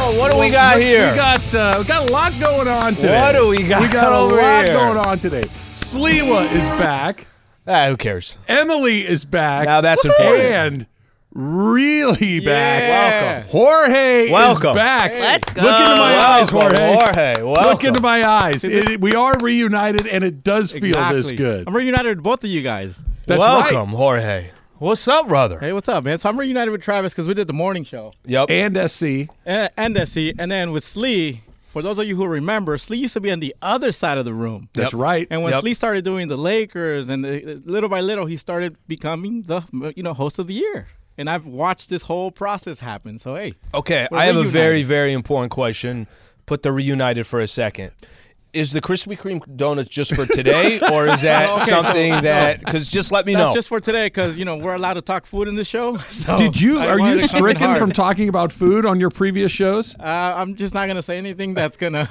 Oh, what do we got here? We got uh, we got a lot going on today. What do we got We got over a lot here? going on today. Sliwa is back. Ah, who cares? Emily is back. Now that's important. And really back. Yeah. Welcome. Jorge Welcome. is back. Let's go. Look into my eyes, Welcome, Jorge. Jorge. Look Welcome. into my eyes. It- we are reunited, and it does feel this good. I'm reunited with both of you guys. That's Welcome, Jorge. What's up, brother? Hey, what's up, man? So I'm reunited with Travis because we did the morning show Yep. right. And SC. and, and SC, and then with Slee. For those of you who remember, Slee used to be on the other side of the room. That's right. And when Yep. Slee started doing the Lakers, and the, little by little, he started becoming the you know host of the year. And I've watched this whole process happen. So hey, okay, we're I have a reunited. very, very important question. Put the reunited for a second. Is the Krispy Kreme donuts just for today, or is that Okay, so- something that? Because just let me that's know. just for today because you know we're allowed to talk food in the show. So Did you? I are you wanted to keep it stricken hard. from talking about food on your previous shows? Uh, I'm just not gonna say anything that's gonna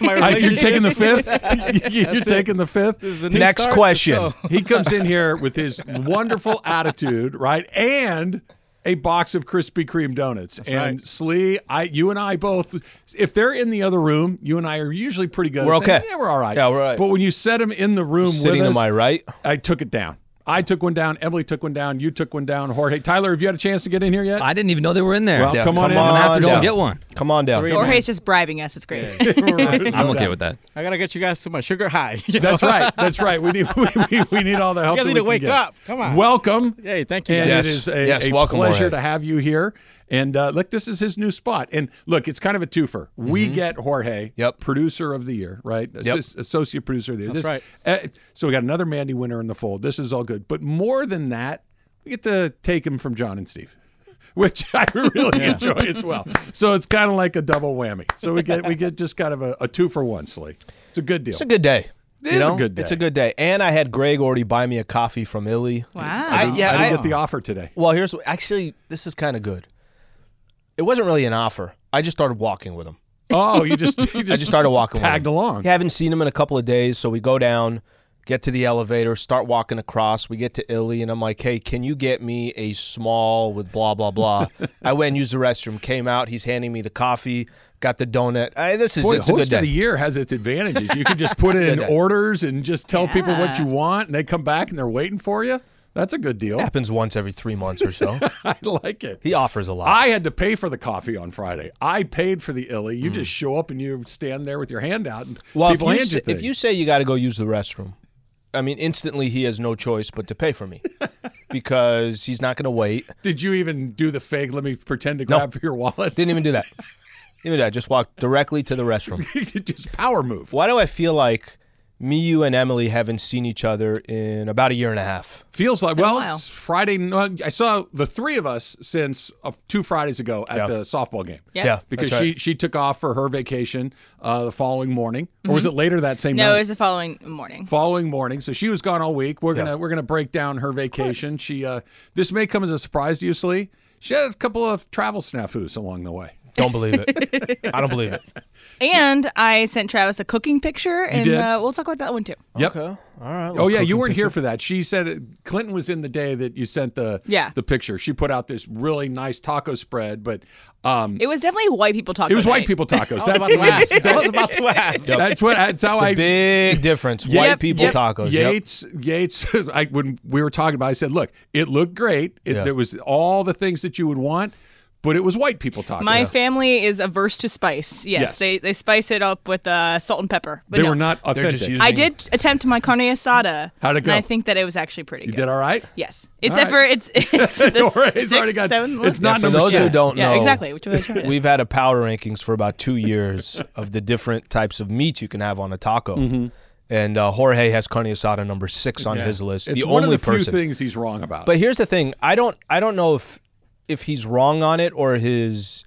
I- my you're relationship. taking the fifth. you're taking the fifth. This is a new Next start, question. so- He comes in here with his wonderful attitude, right? And a box of Krispy Kreme donuts. and Slee, I, you and I both, if they're in the other room, you and I are usually pretty good. at We're saying, okay. Yeah, we're all right. Yeah, we're all right. But when you set them in the room Sitting with to us, my right. I took it down. I took one down. Emily took one down. You took one down. Jorge, Tyler, have you had a chance to get in here yet? I didn't even know they were in there. Well, Yeah, come on in. I'm gonna have to on go down. and get one. Come on down. Jorge's just bribing us. It's great. I'm okay with that. I gotta get you guys to my sugar high. That's right. That's right. We need we, we, we need all the help. You guys that we need to can wake get. up. Come on. Welcome. Hey, thank you. And Yes. it is a, Yes, a welcome, pleasure Jorge. to have you here. And uh, look, this is his new spot. And look, it's kind of a twofer. We get Jorge, Mm-hmm. Yep. producer of the year, right? Assis- Associate producer of the year. That's right. so we got another Mandy winner in the fold. This is all good. But more than that, we get to take him from John and Steve. Which I really enjoy as well. So it's kind of like a double whammy. So we get we get just kind of a, a two for one, Slee. It's a good deal. It's a good day. It is a good It's day. a good day. And I had Greg already buy me a coffee from Illy. Wow. I, yeah, I I- didn't get the offer today. Well, here's what, actually this is kind of good. It wasn't really an offer. I just started walking with him. Oh, you just you just, I just started walking. tagged with him. along. Yeah, haven't seen him in a couple of days, so we go down, get to the elevator, start walking across. We get to Illy, and I'm like, "Hey, can you get me a small with blah blah blah?" I went and used the restroom, came out. He's handing me the coffee, got the donut. Hey, this is Boy, it's a host good day. of the year has its advantages. You can just put in orders and just tell people what Yeah. you want, and they come back and they're waiting for you. That's a good deal. Happens once every three months or so. I like it. he offers a lot. I had to pay for the coffee on Friday. I paid for the illy. You just show up and you stand there with your hand out, and Mm. well, if people you, hand say, you if you things. say you got to go use the restroom, I mean, instantly he has no choice but to pay for me because he's not going to wait. Did you even do the fake? Let me pretend to grab for your wallet. Didn't even do that. Didn't even do that. Just walked directly to the restroom. just power move. Why do I feel like me, you, and Emily haven't seen each other in about a year and a half? Feels like well, while. it's Friday. no, I saw the three of us since uh, two Fridays ago at Yeah. the softball game. Yeah. because that's she right. she took off for her vacation uh, the following morning, or was it later that same No, night? it was the following morning. following morning. So she was gone all week. We're gonna we're gonna break down her vacation. She uh, this may come as a surprise to you, Slee. She had a couple of travel snafus along the way. Don't believe it. I don't believe it. And I sent Travis a cooking picture, and did? Um, uh, we'll talk about that one too. Yep. Okay. All right. Oh yeah, you weren't here for that. She said it, Clinton was in the day that you sent the Yeah. the picture. She put out this really nice taco spread, but um, It was definitely white people talking. it was white night. people tacos. I was about to ask. I was about to ask. that's what that's how I It's a big difference. White Yep, people yep. tacos. Yep. Yates, Yates. I, when we were talking about, it, I said, "Look, it looked great. It, Yeah. There was all the things that you would want, but it was white people tacos. My family is averse to spice. Yes, Yes. they they spice it up with uh, salt and pepper. But they no. were not They're authentic. just you using- I did attempt my carne asada. How'd it And I go? think that it was actually pretty good. did all right. Yes, it's All right. ever it's it's the All right, it's sixth, already got- seventh it's one. not for number those who six. don't yeah, know, exactly. Which one I tried. We've had a power rankings for about two years of the different types of meat you can have on a taco. Mm-hmm. And uh, Jorge has carne asada number six on his list. It's the one only of the few person. things he's wrong about. But here's the thing: I don't, I don't know if if he's wrong on it or his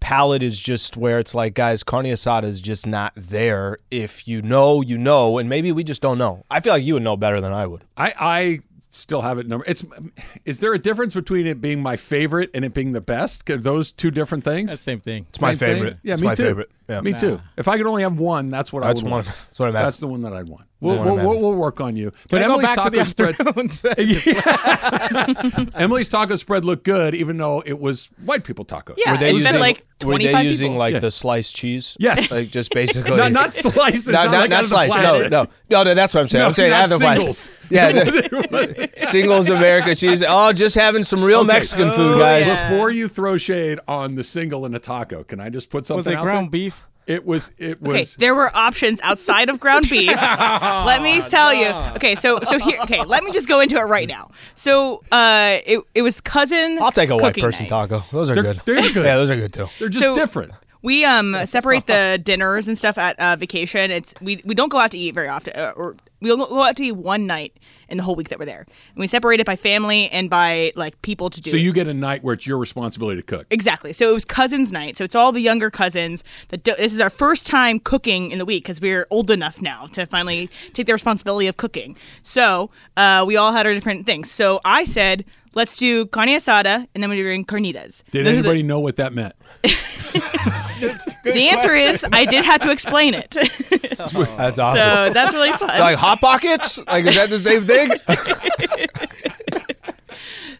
palate is just where it's like, guys, carne asada is just not there. If you know, you know, and maybe we just don't know. I feel like you would know better than I would. I, I still have it number. It's is there a difference between it being my favorite and it being the best? 'Cause Those two different things. That's the same thing. It's my Same thing? favorite. Yeah, It's me my too. favorite. Yeah. Me too. If I could only have one, that's what That's I would one. want. That's what I'm That's at. the one that I'd want. We'll, one I'm we'll, we'll, having. we'll work on you. but Can I go Emily's back to taco the spread. afternoons? Yeah. Um, Emily's taco spread looked good, even though it was white people tacos. Yeah. Were they It fed using Uh, like Were 25 they using people. like the sliced cheese? Yes. like just basically Not, not slices. No, not, not, like out of not the sliced. No, plastic. no, no, no. That's what I'm saying. No, I'm saying not out of the plastic. singles. Yeah, the- singles America cheese. Oh, just having some real Okay. Oh, Mexican food, guys. yeah. Before you throw shade on the single and a taco, can I just put something Was it out ground there? beef? It was. It was. Okay, there were options outside of ground beef. let me tell you. Okay, so so here. Okay, let me just go into it right now. So uh, it it was cousin. I'll take a white cooking person night. taco. Those are good. they're good. Yeah, those are good too. They're just So- different. We um separate the dinners and stuff at uh, vacation. It's we we don't go out to eat very often, uh, or we only go out to eat one night in the whole week that we're there, and we separate it by family and by like people to do. So it. you get a night where it's your responsibility to cook. Exactly. So it was cousins' night. So it's all the younger cousins. That do- this is our first time cooking in the week because we're old enough now to finally take the responsibility of cooking. So uh, we all had our different things. So I said, "Let's do carne asada, and then we're doing carnitas." Did Those are the- anybody know what that meant? the answer is I did have to explain it. so That's awesome. that's really fun. like hot pockets? Like is that the same thing?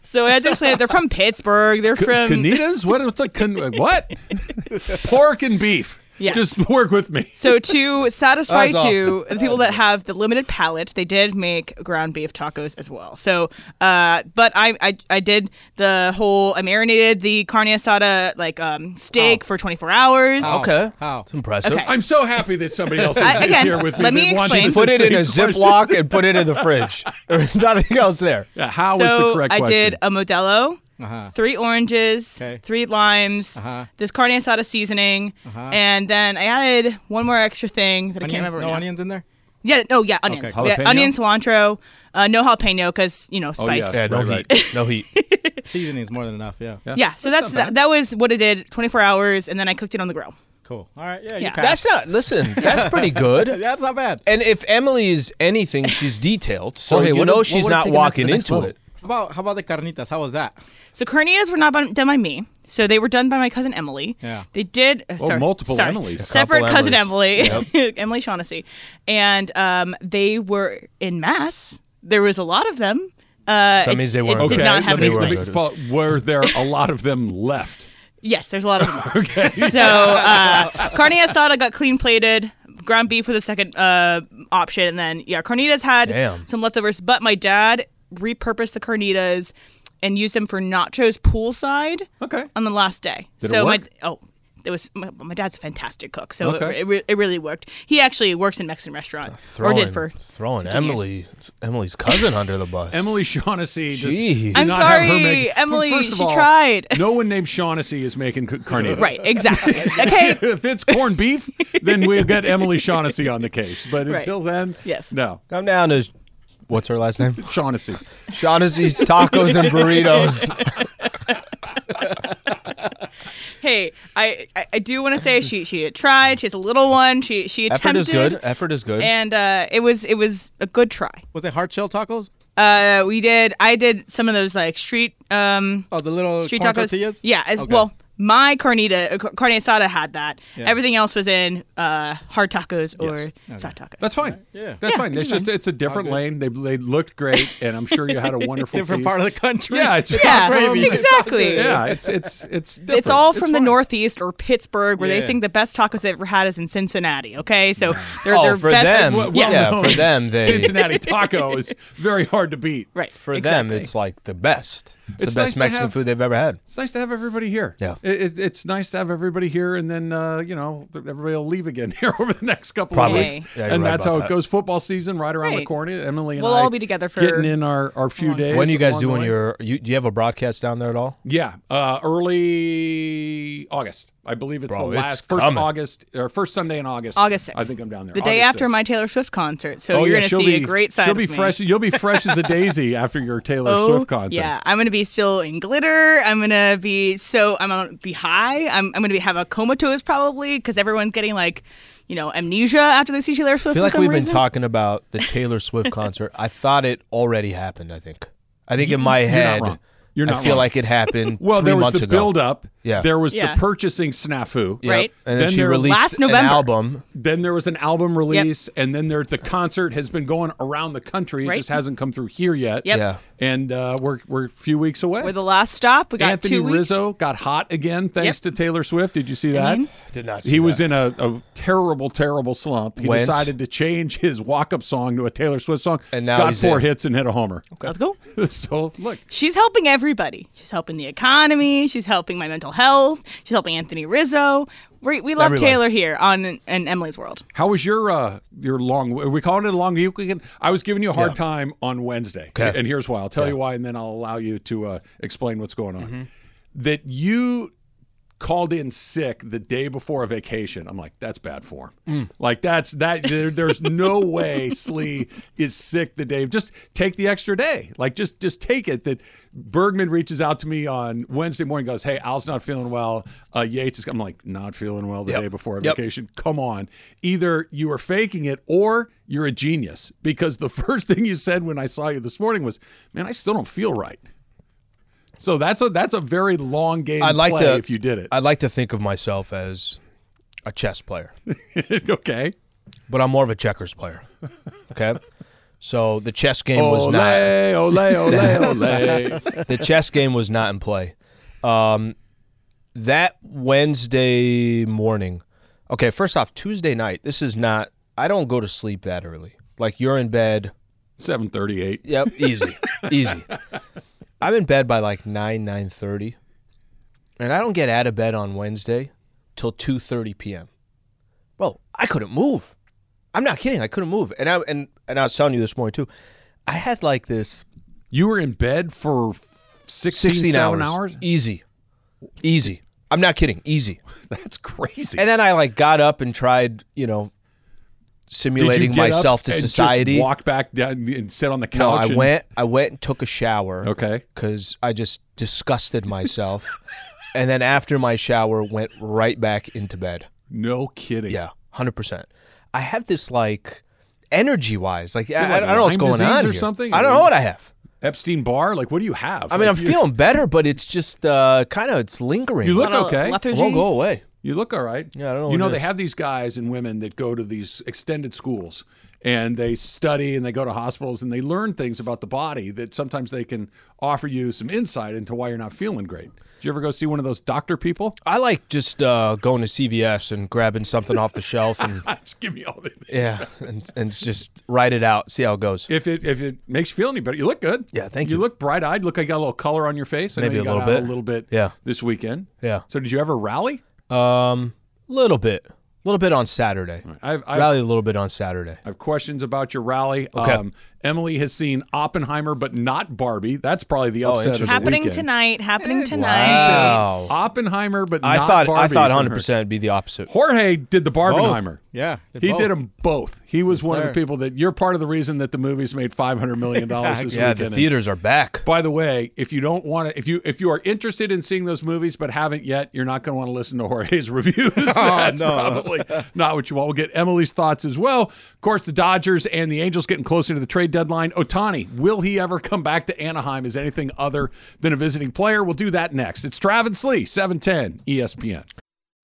so I had to explain it. They're from Pittsburgh. They're from Canitas? What? What's a can- what? Pork and beef. Yes. Just work with me. So to satisfy That's awesome. to the people that have the limited palate, they did make ground beef tacos as well. So, uh, but I, I I did the whole I marinated the carne asada like um, steak Oh. for 24 hours. Okay. How? It's impressive. Okay. I'm so happy that somebody else is, I- is again, here with me. let me that wants explain. this Put it in a insane question. Ziploc and put it in the fridge. There's nothing else there. Yeah, How was so the correct I question? did a Modelo, three oranges, Uh-huh. Okay. Uh-huh. three limes, this carne asada seasoning, and then I added one more extra thing that I can't Onions? remember. No right now. onions in there? Yeah, oh yeah, onions. Okay. Yeah, Jalapeno? Oh, onion, cilantro, uh, no jalapeno because you know Oh, spice. Yeah, no Right, right. heat. No heat. Seasoning is more than enough. Yeah. Yeah, so that's that, that was what I did 24 hours and then I cooked it on the grill. Cool. All right. Yeah. Yeah. You passed. That's not listen, that's pretty good. That's not bad. And if Emily is anything, she's detailed. So Okay, you what- know what she's would not take it up to walking the next into level? it. How about how about the carnitas? How was that? So carnitas were not bu- done by me. So they were done by my cousin Emily. Yeah. They did uh, sorry, multiple sorry, Emilys. A Separate couple cousin Emilys. Emily, Emily Shaughnessy. And um, they were in mass. There was a lot of them. Uh, So that it- means they it weren't did Okay. not have let any me, let me space. fo- were there a lot of them left? Yes, there's a lot of them. okay. So uh, carne asada got clean plated. Ground beef was the second uh, option, and then yeah, carnitas had Damn. some leftovers. But my dad repurposed the carnitas and used them for nachos poolside Okay. on the last day. Did it so work? my oh. It was my, my dad's a fantastic cook, so Okay. it, it, re- it really worked. He actually works in Mexican restaurant, or did for. throwing 15 years. Emily Emily's cousin under the bus. Emily Shaughnessy. Just do Jeez. I'm not have her sorry, make- F- Emily, First of she all, tried. No one named Shaughnessy is making c- carnitas. Right, exactly. Okay, if it's corned beef, then we'll get Emily Shaughnessy on the case. But Right. until then, Yes. no. Come down to what's her last name? Shaughnessy. Shaughnessy's tacos and burritos. hey, I, I, I do want to say she she tried. She has a little one. She she Effort attempted. is good. Effort is good. and uh, it was it was a good try. Was it hard shell tacos? Uh, we did I did some of those like street um Oh, the little street corn tacos. tortillas. Yeah, as, Okay. well My carnita, uh, carne asada had that. Everything else was in uh, hard tacos or soft tacos. That's fine. Yeah. that's Yeah, fine. It's just it's a different lane. They, they looked great, and I'm sure you had a wonderful Different feast. part of the country. Yeah, it's yeah, gravy. exactly. yeah. It's it's it's different. It's all from the fine. Northeast or Pittsburgh, where they Yeah. think the best tacos they've ever had is in Cincinnati. Okay, so they're Oh, their for best. them, Well- yeah, well yeah, known. for them, they Cincinnati taco is very hard to beat. right. for exactly. them, it's like the best. It's, It's the nice best to Mexican have- food they've ever had. It's nice to have everybody here. Yeah. It, it, it's nice to have everybody here, and then uh, you know everybody will leave again here over the next couple Probably. of weeks. Yay. Yeah, you're and right that's about how it that. goes. Football season right around the Right. corner. Emily and We'll I all be together for getting in our our few days. When are you guys along the doing way. your? You, do you have a broadcast down there at all? Yeah, uh, early August. I believe it's Bro, the it's last first coming. August or first Sunday in August. August 6th. I think I'm down there. The day August after 6th. my Taylor Swift concert, so Oh you're yeah, gonna she'll see be a great side. She'll of be me. Oh, fresh. You'll be fresh as a daisy after your Taylor Swift concert. Yeah, I'm gonna be still in glitter. I'm gonna be so I'm gonna be high. I'm, I'm gonna be have a comatose probably because everyone's getting like, you know, amnesia after they see Taylor I Swift. for feel like some we've been reason. talking about the Taylor Swift concert. I thought it already happened. I think. I think in my not head, wrong. You're I not feel wrong. like it happened. Well, three there was months the ago. build up. Yeah. There was Yeah. the purchasing snafu. Yep. right? And then, she there- released Last an November. album. Then there was an album release, and then there the concert has been going around the country. It Right. just hasn't come through here yet. Yep. Yeah. And uh, we're we're a few weeks away. We're the last stop. We got Anthony two weeks. Rizzo got hot again thanks to Taylor Swift. Did you see that? Mm-hmm. Did not. He was in a, a terrible, terrible slump. He Went. decided to change his walk-up song to a Taylor Swift song. And now got he's four in. hits and hit a homer. Let's go. so look, She's helping everybody. She's helping the economy. She's helping my mental health. She's helping Anthony Rizzo. We, we love Everyone. Taylor here on and Emily's World. How was your uh your long? Are we calling it a long weekend? I was giving you a hard time on Wednesday, Okay. and here's why. I'll tell you why, and then I'll allow you to uh, explain what's going on. That you called in sick the day before a vacation. I'm like, that's bad form. Mm. Like that's that. There, there's no way Slee is sick the day. Just take the extra day. Like just just take it. That Bergman reaches out to me on Wednesday morning. Goes, hey, Al's not feeling well. Uh, Yates is. I'm like, not feeling well the Yep. day before a Yep. vacation. Come on. Either you are faking it or you're a genius because the first thing you said when I saw you this morning was, man, I still don't feel right. So that's a that's a very long game I'd like play to. if you did it. I'd like to think of myself as a chess player. okay. but I'm more of a checkers player. Okay. So the chess game was not ole, ole, ole. the chess game was not in play. Um, that Wednesday morning. Okay, first off, Tuesday night. This is not. I don't go to sleep that early. Like you're in bed. 738. Yep, easy, easy. I'm in bed by like nine nine thirty, and I don't get out of bed on Wednesday till two thirty p.m. Bro, I couldn't move. I'm not kidding. I couldn't move, and I and and I was telling you this morning too. I had like this You were in bed for 16, sixteen 7 hours, hours? easy, easy. I'm not kidding, easy. That's crazy. And then I like got up and tried, you know, Did you simulating get up myself to and just society. walk back down and sit on the couch. no, I and- went. I went and took a shower. Okay. because I just disgusted myself. and then after my shower, went right back into bed. No kidding. Yeah, 100%. I have this like energy wise, like, I, I like don't know what's Lyme going on. disease or here. something? I don't know what I have. Epstein Barr, like, what do you have? I mean, I'm Like, you- feeling better, but it's just uh, kind of it's lingering. You It look Lot of okay. lethargy. won't go away. You look all right. Yeah, I don't know You what know, it they is. have these guys and women that go to these extended schools and they study and they go to hospitals and they learn things about the body that sometimes they can offer you some insight into why you're not feeling great. Did you ever go see one of those doctor people? I like just uh, going to CVS and grabbing something off the shelf and Just give me all the. yeah, and, and just ride it out, see how it goes. If it if it makes you feel any better, you look good. Yeah, thank You you. look bright eyed. Look, I got a little color on your face. I know Maybe you a got little out bit. A little bit. Yeah. This weekend. Yeah. So did you ever rally? Um, little bit, little bit on Saturday. I've- I've- Rallied a little bit on Saturday. I have questions about your rally. Um, Okay. Emily has seen Oppenheimer, but not Barbie. That's probably the upset of the Oh, interesting. Happening weekend. tonight. Happening tonight. Wow. Oppenheimer, but I not thought Barbie I thought from her. 100 percent would be the opposite. Jorge did the Barbenheimer. Yeah. He did both. them both. He was one of sir. the people that you're part of the reason that the movies made 500 million dollars this Yeah, weekend. the And theaters are back. By the way, if you don't want to, if you if you are interested in seeing those movies but haven't yet, you're not going to want to listen to Jorge's reviews. That's Oh, no. probably not what you want. We'll get Emily's thoughts as well. Of course, the Dodgers and the Angels getting closer to the trade deadline. Otani, will he ever come back to Anaheim as anything other than a visiting player? We'll do that next. It's Travis Lee, E 710 ESPN.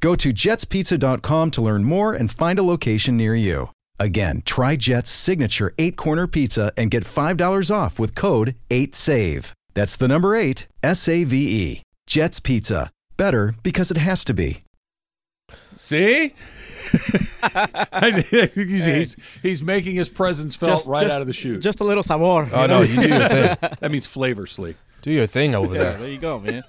Go to jetspizza.com to learn more and find a location near you. Again, try Jet's signature eight corner pizza and get $5 off with code 8SAVE. That's the number eight, S A V E. Jet's Pizza. Better because it has to be. See? I think he's, he's, he's making his presence felt Just- right just- out of the chute. Just a little sabor. Oh, you no, know? you do your thing. that means flavor sleep. Do your thing over Yeah, there. there you go, man.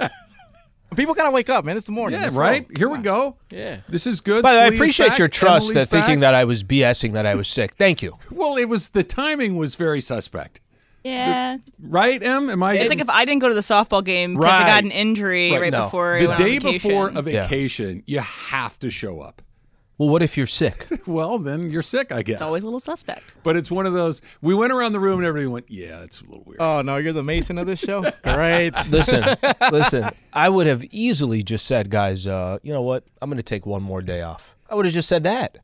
People gotta wake up, man. It's the morning. Yeah, It's right? wrong. Here we go. Yeah. This is good. But I Slee's appreciate back. your trust Emily's that thinking back. that I was BSing that I was sick. Thank you. Well, it was the timing was very suspect. Yeah. Right, Em? Am I It's like if I didn't go to the softball game because I Right. got an injury Right, right, no. before I the went on day vacation. before a Yeah. vacation, you have to show up. Well, what if you're sick? Well, then you're sick, I guess. It's always a little suspect. but it's one of those. We went around the room and everybody went, "Yeah, it's a little weird." Oh no, you're the Mason of this show. Great. listen, listen. I would have easily just said, guys, uh, you know what? I'm going to take one more day off. I would have just said that.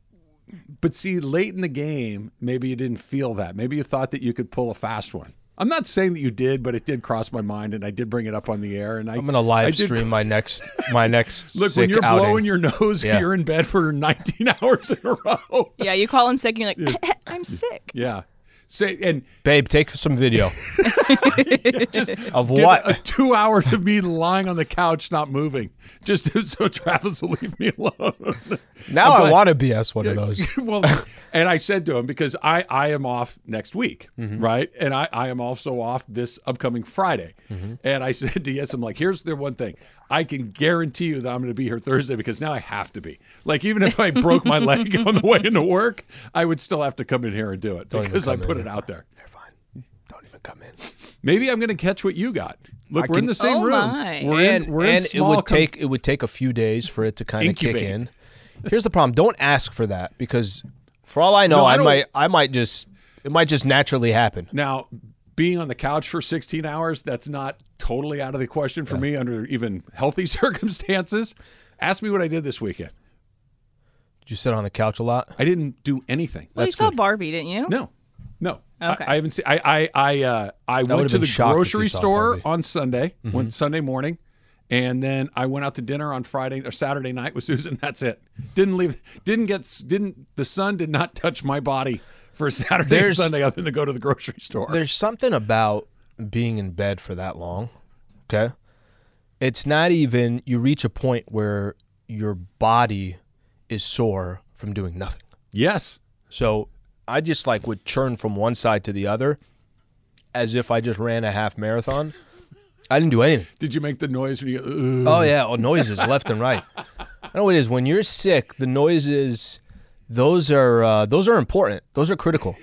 but see, late in the game, maybe you didn't feel that. Maybe you thought that you could pull a fast one. I'm not saying that you did, but it did cross my mind, and I did bring it up on the air. And I, I'm going to live I did- stream my next my next Look, sick when you're outing. blowing your nose, Yeah. you're in bed for 19 hours in a row. Yeah, you call in sick and you're like, I'm sick. Yeah. Say and Babe, take some video. of get what? a two hours of me lying on the couch, not moving, just so Travis will leave me alone. now I want to BS one of those. well, and I said to him because I I am off next week, Mm-hmm. right? And I I am also off this upcoming Friday. Mm-hmm. And I said to Yes, I'm like, here's the one thing I can guarantee you that I'm going to be here Thursday because now I have to be. Like even if I broke my leg on the way into work, I would still have to come in here and do it even because I come put in. it out there. They're fine. Don't even come in. Maybe I'm going to catch what you got. Look, we're in can- the same Oh, room. my. We're and in. We're in and it small would com- take it would take a few days for it to kind of kick Incubate. in. Here's the problem: don't ask for that because, for all I know, No, I I, don't- might I might just it might just naturally happen. Now, being on the couch for 16 hours, that's not totally out of the question for me under even healthy circumstances. Ask me what I did this weekend. Did you sit on the couch a lot? I didn't do anything. Well, you saw Barbie, didn't you? No, no. I- Okay. I, haven't seen. I I I, uh, I went would've to been the shocked if grocery you saw Mm-hmm. store Barbie. on Sunday, went Sunday morning, and then I went out to dinner on Friday or Saturday night with Susan. That's it. Didn't leave. Didn't get. s- Didn't the sun did not touch my body for Saturday and There's- Sunday other than to go to the grocery store. There's something about being in bed for that long. Okay. It's not even, you reach a point where your body is sore from doing nothing. Yes. So I just like would churn from one side to the other as if I just ran a half marathon. I didn't do anything. Did you make the noise when you? Ugh. Oh, yeah. Oh, noises left and right. I know what it is. When you're sick, the noises. Those are uh, those are important. Those are critical.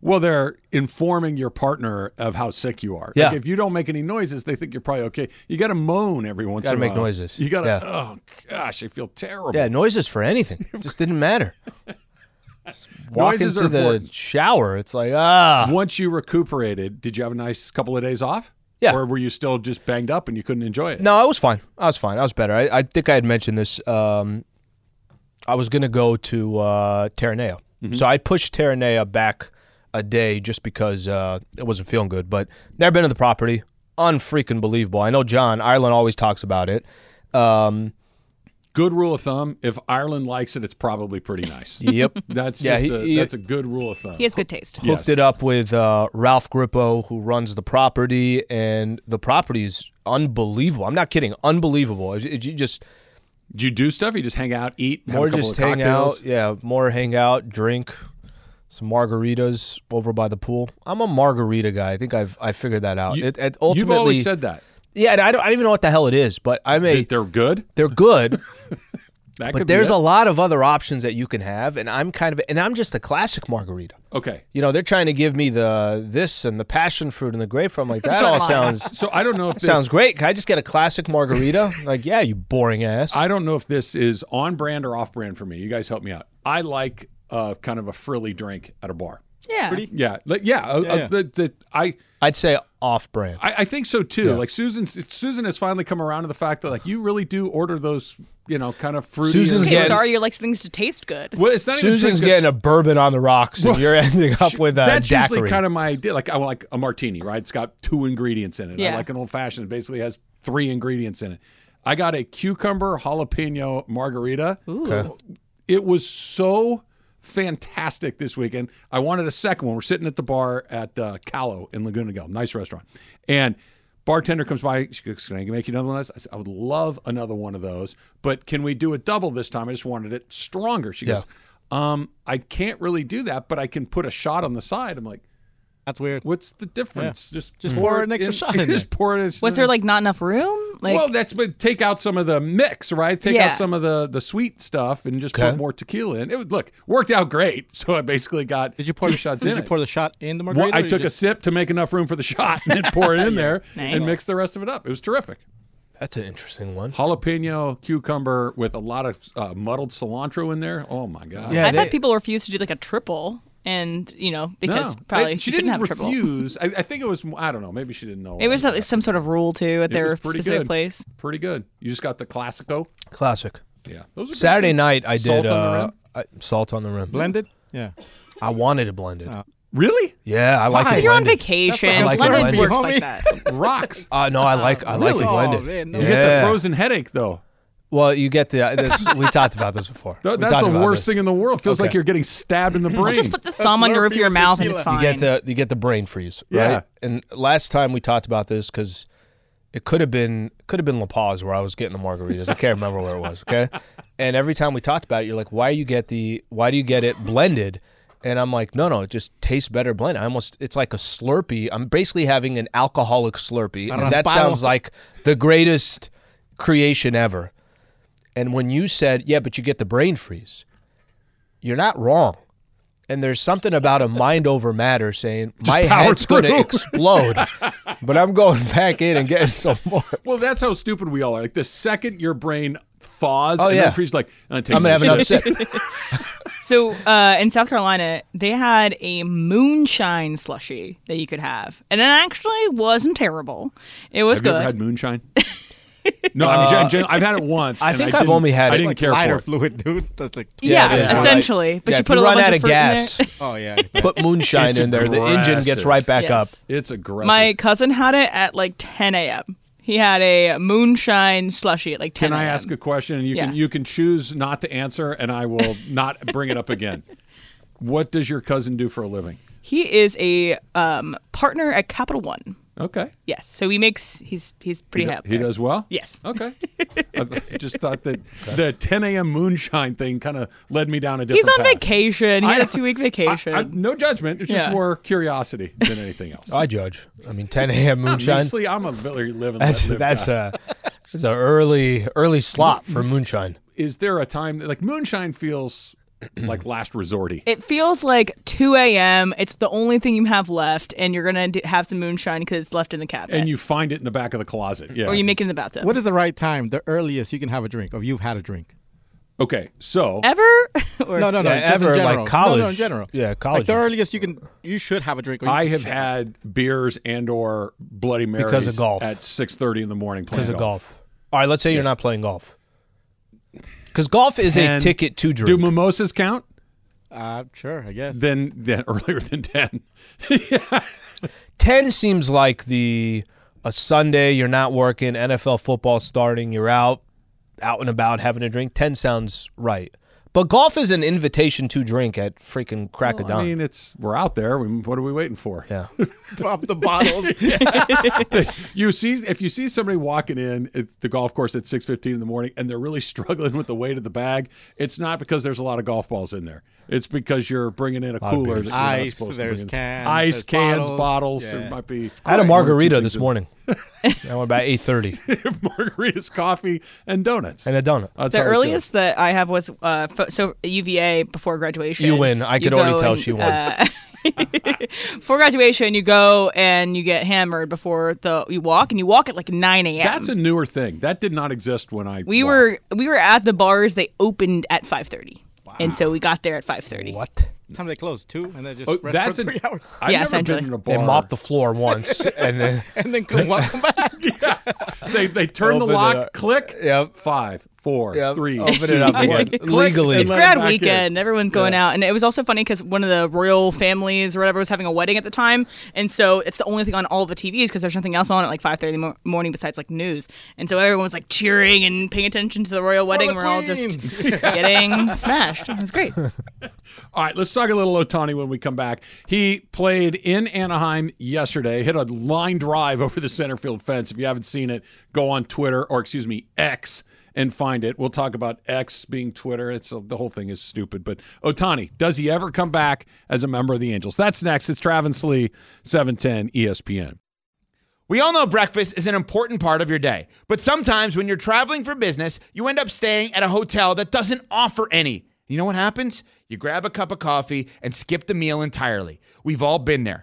Well, they're informing your partner of how sick you are. Yeah. Like if you don't make any noises, they think you're probably okay. You got to moan every once Gotta in a make while. noises. You got to, Yeah. oh gosh, I feel terrible. Yeah, noises for anything. It just didn't matter. Just Walk Noises into are the important. shower, it's like ah. Once you recuperated, did you have a nice couple of days off? Yeah. Or were you still just banged up and you couldn't enjoy it? No, I was fine. I was fine. I was better. I, I think I had mentioned this. Um, I was gonna go to uh, Terranea, so I pushed Terranea back a day just because uh, it wasn't feeling good. But never been to the property. Unfreaking believable. I know John Ireland always talks about it. Um, Good rule of thumb: if Ireland likes it, it's probably pretty nice. yep. That's Yeah, just he- a, he- that's a good rule of thumb. He has good taste. Yeah. hooked it up with uh, Ralph Grippo, who runs the property, and the property is unbelievable. I'm not kidding. Unbelievable. It- it- you just Did you do stuff? You just hang out, eat, have more a couple just of hang cocktails? out. Yeah, more hang out, drink some margaritas over by the pool. I'm a margarita guy. I think I've I figured that out. You- it, it ultimately, You've always said that. yeah. and I don't I don't even know what the hell it is, but I'm a That they're good. they're good. That But could be there's it. a lot of other options that you can have, and I'm kind of and I'm just a classic margarita. Okay. You know, they're trying to give me the this and the passion fruit and the grapefruit. I'm like, that all sounds So I don't know if this sounds great. Can I just get a classic margarita? like, yeah, you boring ass. I don't know if this is on brand or off brand for me. You guys help me out. I like uh, kind of a frilly drink at a bar. Yeah. Yeah, like, yeah. uh, uh, yeah. the- the- I, I'd say off brand. I I think so too. Like Susan, Susan has finally come around to the fact that like you really do order those, you know, kind of fruity. Susan's or- Okay, Yeah. sorry, you like things to taste good. Well, it's not even Susan's drinking- getting a bourbon on the rocks, and you're ending up with uh, a That's daiquiri. usually kind of my idea. Like I like a martini, right? It's got two ingredients in it. I Yeah. like an old fashioned. It basically has three ingredients in it. I got a cucumber jalapeno margarita. It was so fantastic this weekend. I wanted a second one. We're sitting at the bar at uh, Callo in Laguna Niguel, nice restaurant. And bartender comes by. She goes, "Can I make you another one?" of those?" I said, "I would love another one of those, but can we do a double this time? I just wanted it stronger." She goes. Um, I can't really do that, but I can put a shot on the side. I'm like, That's weird. what's the difference? Just Just pour pour it an extra shot in Just there. pour it. Was there like not enough room? Like well, that's but take out some of the mix, right? Take Yeah. out some of the the sweet stuff and just Okay. put more tequila in. It would look worked out great. So I basically got Did you pour two the shots Did in you it. pour the shot in the Well, margarita? I took a sip to make enough room for the shot and then pour it in there and Nice. mix the rest of it up. It was terrific. That's an interesting one. Jalapeno cucumber with a lot of uh, muddled cilantro in there. Oh my god! Yeah, I they- thought people refused to do like a triple, and you know because I- probably she you shouldn't didn't have a triple. refuse. I, I think it was. I don't know. Maybe she didn't know. It was some- some sort of rule too at It their was pretty specific good. place. pretty good. You just got the classico. Classic. Yeah, those are good Saturday too. night, I Salt did on the uh, rim? I- salt on the rim. blended. Yeah. I wanted it blended. Oh. Really? Yeah, I like it. You're on blended. vacation. I like London blended. works Homie. like that. Rocks. Uh, no, I like I Really? like it blended. Oh, man, no. You get the Yeah. frozen headache though. Well, you get the this, we talked about this before. Th- We that's talked the about worst this. thing in the world. Feels like Okay. you're getting stabbed in the brain. Just put the thumb on the roof of your Slurpee mouth and it's tequila. fine. You get the you get the brain freeze, right? Yeah. And last time we talked about this because it could have been could have been La Paz where I was getting the margaritas. I can't remember where it was. Okay, and every time we talked about it, you're like, why you get the why do you get it blended? And I'm like, no, no, it just tastes better blended. I almost it's like a Slurpee. I'm basically having an alcoholic Slurpee, and that raspado. sounds like the greatest creation ever. And when you said, yeah, but you get the brain freeze, you're not wrong. And there's something about a mind over matter saying, my power head's going to through." explode, but I'm going back in and getting some more. well, that's how stupid we all are. Like the second your brain thaws, Oh, and yeah. then freezes, like I'm I'm going to have another. another sip. So uh, in South Carolina, they had a moonshine slushy that you could have, and it actually wasn't terrible. It was Have you good. ever had moonshine? no, I mean, gen- gen- I've had it once. Uh, I and think I I've didn't- only had I it, didn't like, care Lighter for it. fluid, dude. That's like. yeah, it is. essentially. But Yeah, you if put a run little bunch out of, of fruit gas, in there. Oh yeah. put moonshine It's in there. The engine gets aggressive. right back up. Yes. It's aggressive. My cousin had it at like 10 a.m. He had a moonshine slushy at like 10 Can I a.m.. ask a question? And you can Yeah. you can choose not to answer, and I will not bring it up again. What does your cousin do for a living? He is a um, partner at Capital One. Okay, Yes, so he makes he's he's pretty he, do- happy. he does well. Yes. Okay. I th- just thought that the 10 a.m. moonshine thing kind of led me down a different. He's on path. vacation. He I had a know. two week vacation. I- I- no judgment. It's just Yeah. more curiosity than anything else. Oh, I judge. I mean, 10 a.m. Uh, moonshine. Obviously, I'm a very living. That's live that's guy. a that's a early early slot for moonshine. Is there a time that, like moonshine feels like last resorty? it feels like 2 a.m. It's the only thing you have left, and you're gonna d- have some moonshine because it's left in the cabinet, and you find it in the back of the closet. Yeah. or you make it in the bathtub. What is the right time? The earliest you can have a drink, or you've had a drink. okay, so ever? or, No, no, no. Yeah, just in ever, like, general. No, no, in college. general. Yeah, Like college. the earliest you can, you should have a drink. Or you I should have had beers and or Bloody Marys Because of golf. at 6:30 in the morning playing Because of golf. All right, let's say you're not playing golf. Because golf is a And ticket to drink. Do mimosas count? Uh, sure, I guess. Then then earlier than 10. 10 seems like the a Sunday, you're not working, NFL football starting, you're out, out and about having a drink. 10 sounds right. But golf is an invitation to drink at freaking crack of I dawn. mean, it's we're out there. We, what are we waiting for? yeah. Drop the bottles. You see, if you see somebody walking in at the golf course at six fifteen in the morning, and they're really struggling with the weight of the bag, it's not because there's a lot of golf balls in there. It's because you're bringing in a, cooler. That you're not Ice, supposed to there's bring in. cans, ice there's cans, bottles. bottles. Yeah. There might be. I had a margarita this Two morning. I went about eight thirty, things in- margaritas, coffee, and donuts. and a donut. That's the how it goes. earliest that I have was uh, fo- so UVA before graduation. You win. I could go already tell she won. uh, before graduation, you go and you get hammered before the you walk, and you walk at like nine a.m. That's a newer thing that did not exist when I. we walked. were we were at the bars. They opened at five thirty, and so we got there at five thirty. What? Time they close two, and then just Oh, rest that's for an- three hours, I've Yeah, never essentially. been in a bar. They mopped the floor once, and then and then come welcome back. They, they turn the Open it lock, up. click. Yep. Five, four, Yep. three, Open it up two, again. one. Click Legally. and It's It's let 'em grad back in. weekend. Everyone's going out, and it was also funny because one of the royal families or whatever was having a wedding at the time, and so it's the only thing on all the TVs because there's nothing else on at like 5:30 in the mo- morning besides like news, and so everyone was like cheering and paying attention to the royal wedding, the and we're all just getting smashed. It's great. All right, let's talk a little Otani when we come back. He played in Anaheim yesterday, hit a line drive over the center field fence. If you haven't seen it, go on Twitter, or excuse me, X, and find it. We'll talk about X being Twitter. It's uh, The whole thing is stupid. But Otani, does he ever come back as a member of the Angels? That's next. It's Travis Lee, E 710 ESPN. We all know breakfast is an important part of your day, but sometimes when you're traveling for business, you end up staying at a hotel that doesn't offer any. You know what happens? You grab a cup of coffee and skip the meal entirely. We've all been there.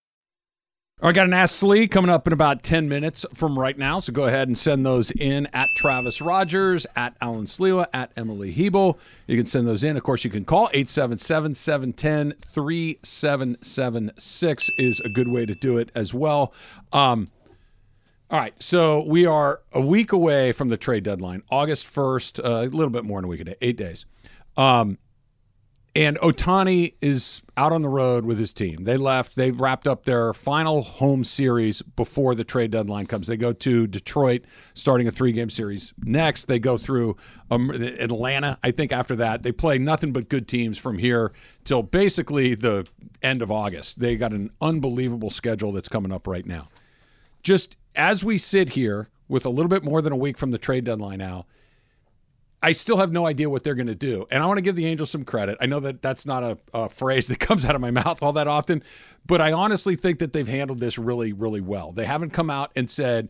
All right, got an Ask Slee coming up in about 10 minutes from right now. So go ahead and send those in at Travis Rogers, at Alan Slewa, at Emily Hebel. You can send those in. Of course, you can call 877 710 3776 is a good way to do it as well. Um, all right, so we are a week away from the trade deadline, August 1st, uh, a little bit more than a week, eight days. Um, and Otani is out on the road with his team. They left. They wrapped up their final home series before the trade deadline comes. They go to Detroit, starting a three-game series. Next, they go through um, Atlanta. I think after that, they play nothing but good teams from here till basically the end of August. They got an unbelievable schedule that's coming up right now. Just as we sit here with a little bit more than a week from the trade deadline now, I still have no idea what they're going to do. And I want to give the Angels some credit. I know that that's not a, a phrase that comes out of my mouth all that often, but I honestly think that they've handled this really, really well. They haven't come out and said,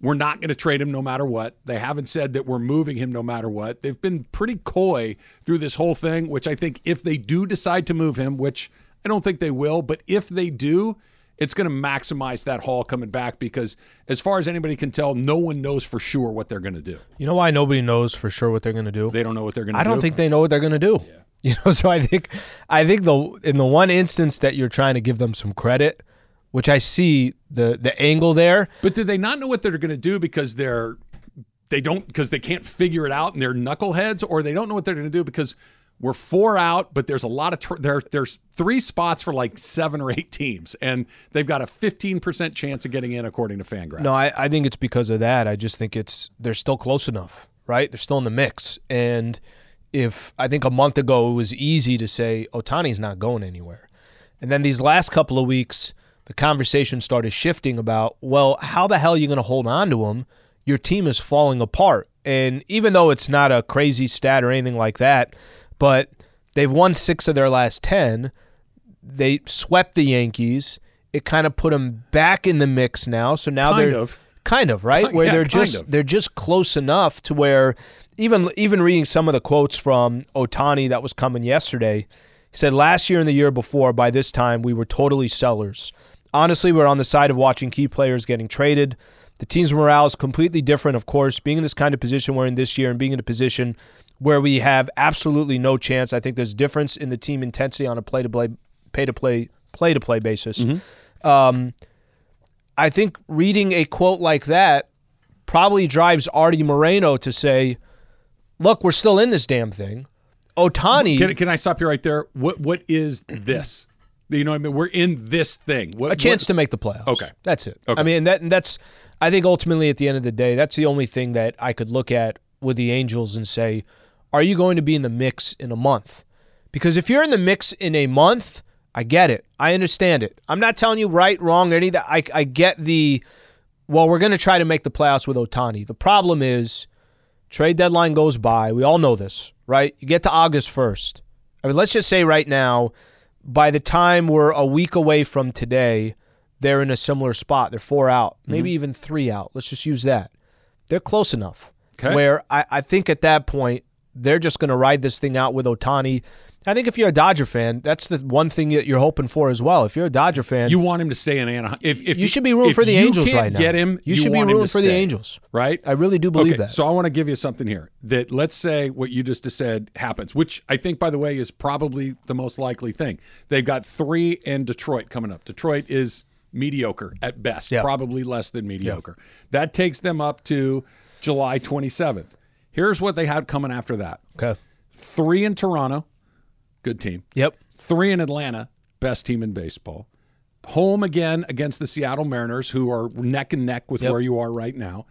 we're not going to trade him no matter what. They haven't said that we're moving him no matter what. They've been pretty coy through this whole thing, which I think if they do decide to move him, which I don't think they will, but if they do, it's going to maximize that haul coming back because, as far as anybody can tell, no one knows for sure what they're going to do. you know why nobody knows for sure what they're going to do. They don't know what they're going to I do. don't think they know what they're going to do. You know, so I think, I think the in the one instance that you're trying to give them some credit, which I see the the angle there, But do they not know what they're going to do because they're they don't because they can't figure it out and they're knuckleheads, or they don't know what they're going to do because we're four out, but there's a lot of tr- there there's three spots for like seven or eight teams, and they've got a 15 percent chance of getting in according to Fangraphs. No, I, I think it's because of that. I just think it's they're still close enough, right? They're still in the mix. And if I think a month ago it was easy to say Otani's not going anywhere. And then these last couple of weeks, the conversation started shifting about, well, how the hell are you going to hold on to him? Your team is falling apart. And even though it's not a crazy stat or anything like that, but they've won six of their last 10 they swept the Yankees. It kind of put them back in the mix now. So now Kind they're of. kind of right where yeah, they're kind just of. they're just close enough to where even even reading some of the quotes from Otani that was coming yesterday he said last year and the year before by this time we were totally sellers honestly we're on the side of watching key players getting traded the team's morale is completely different of course being in this kind of position we're in this year and being in a position where we have absolutely no chance I think there's difference in the team intensity on a play to play pay to play play to play basis Mm-hmm. um I think reading a quote like that probably drives Artie Moreno to say, "Look, we're still in this damn thing." Otani, Can, can I stop you right there? What What is this? You know what I mean? We're in this thing. What, a chance what- to make the playoffs. Okay. that's it. Okay. I mean, that and that's. I think ultimately, at the end of the day, that's the only thing that I could look at with the Angels and say, "Are you going to be in the mix in a month?" Because if you're in the mix in a month, I get it. I understand it. I'm not telling you right, wrong, any of that. I, I get the. Well, we're going to try to make the playoffs with Otani. The problem is. Trade deadline goes by. We all know this, right? You get to August 1st. I mean, let's just say right now, by the time we're a week away from today, they're in a similar spot. They're four out, Mm-hmm. maybe even three out. Let's just use that. They're close enough Okay. where I, I think at that point, they're just going to ride this thing out with Otani. I think if you're a Dodger fan, that's the one thing that you're hoping for as well. If you're a Dodger fan, You want him to stay in Anaheim. If, if You should be rooting if for the you Angels can't right now. Get him. You should be want him rooting to for the stay, Angels. right? I really do believe okay, that. So I want to give you something here that let's say what you just said happens, which I think, by the way, is probably the most likely thing. They've got three and Detroit coming up. Detroit is mediocre at best, Yeah. probably less than mediocre. That takes them up to July 27th. Here's what they had coming after that: okay. three in Toronto, good team Yep. three in Atlanta, best team in baseball. Home again against the Seattle Mariners, who are neck and neck with Yep. where you are right now.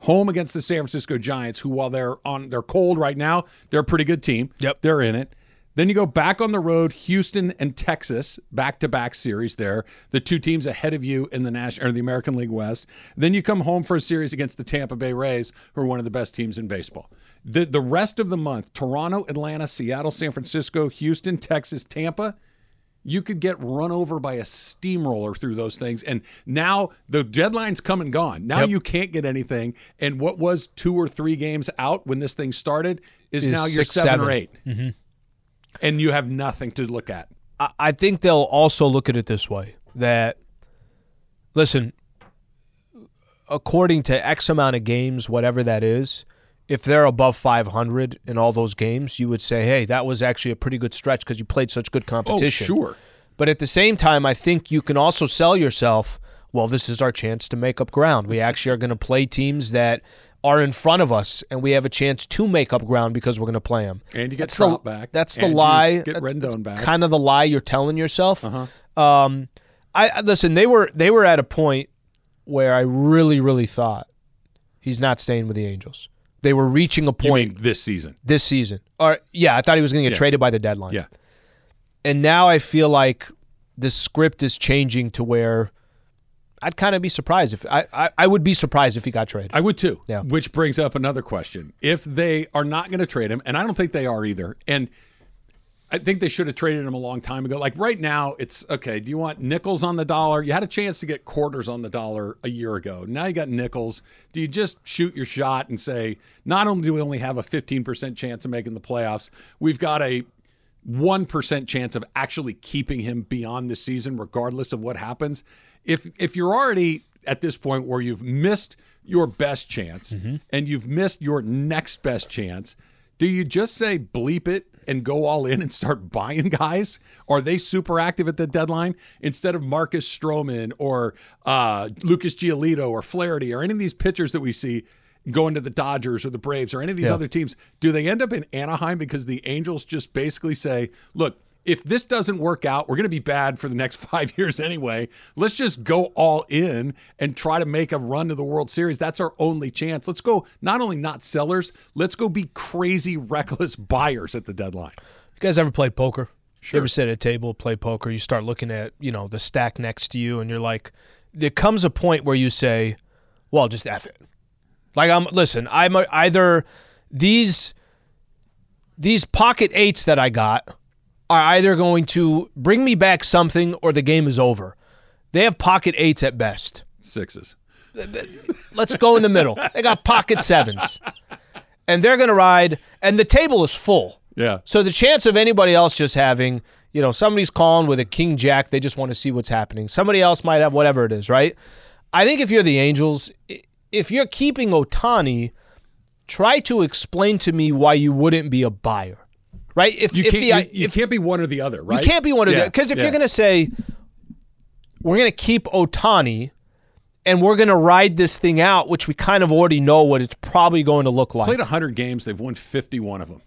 Home against the San Francisco Giants, who while they're on they're cold right now, they're a pretty good team. Yep. They're in it. Then you go back on the road, Houston and Texas, back to back series there. The two teams ahead of you in the national or the American League West. Then you come home for a series against the Tampa Bay Rays, who are one of the best teams in baseball. The the rest of the month, Toronto, Atlanta, Seattle, San Francisco, Houston, Texas, Tampa, you could get run over by a steamroller through those things. And now the deadline's come and gone. Now you can't get anything. And what was two or three games out when this thing started is, Is now you're six, seven, or seven. Mm-hmm. 8 And you have nothing to look at. I- I think they'll also look at it this way that, listen, according to X amount of games, whatever that is, if they're above 500 in all those games, you would say, hey, that was actually a pretty good stretch because you played such good competition. Oh, sure. But at the same time, I think you can also sell yourself. Well, this is our chance to make up ground. We actually are going to play teams that are in front of us, and we have a chance to make up ground because we're going to play them. And you get that's Trout the, back, That's the and you lie. get that's, Rendon that's back. Uh-huh. Kind of the lie you're telling yourself. Um, I I- listen. They were they were at a point where I really really thought he's not staying with the Angels. They were reaching a You point mean this season. this season. Or yeah, I thought he was going to get Yeah. traded by the deadline. Yeah. And now I feel like the script is changing to where I'd kind of be surprised if I, I I would be surprised if he got traded. I would too. Yeah. Which brings up another question. If they are not going to trade him, and I don't think they are either, and I think they should have traded him a long time ago. Like right now, it's okay. Do you want nickels on the dollar? You had a chance to get quarters on the dollar a year ago. Now you got nickels. Do you just shoot your shot and say, not only do we only have a 15% chance of making the playoffs, we've got a 1% chance of actually keeping him beyond this season regardless of what happens if if you're already at this point where you've missed your best chance and you've missed your next best chance do you just say bleep it and go all in and start buying guys are they super active at the deadline instead of marcus stroman or uh, lucas giolito or flaherty or any of these pitchers that we see going to the Dodgers or the Braves or any of these other teams, do they end up in Anaheim because the Angels just basically say, look, if this doesn't work out, we're going to be bad for the next five years anyway. Let's just go all in and try to make a run to the World Series. That's our only chance. Let's go not only not sellers, let's go be crazy, reckless buyers at the deadline. You guys ever play poker? You ever sit at a table, play poker, you start looking at, you know, the stack next to you and you're like there comes a point where you say, Well, just F it. Like I'm listen, I'm a, either these these pocket eights that I got are either going to bring me back something or the game is over. They have pocket eights at best. Sixes. Let's go in the middle. They got pocket sevens. And they're going to ride, and the table is full. Yeah. So the chance of anybody else just having, you know, somebody's calling with a king jack, they just want to see what's happening. Somebody else might have whatever it is, right? I think if you're the Angels, i- if you're keeping Otani, try to explain to me why you wouldn't be a buyer, right? If You if can't, the, you, you can't be one or the other, right? you can't be one of Yeah, them. Because if yeah. you're going to say, we're going to keep Otani and we're going to ride this thing out, which we kind of already know what it's probably going to look like. played 100 games, they've won 51 of them.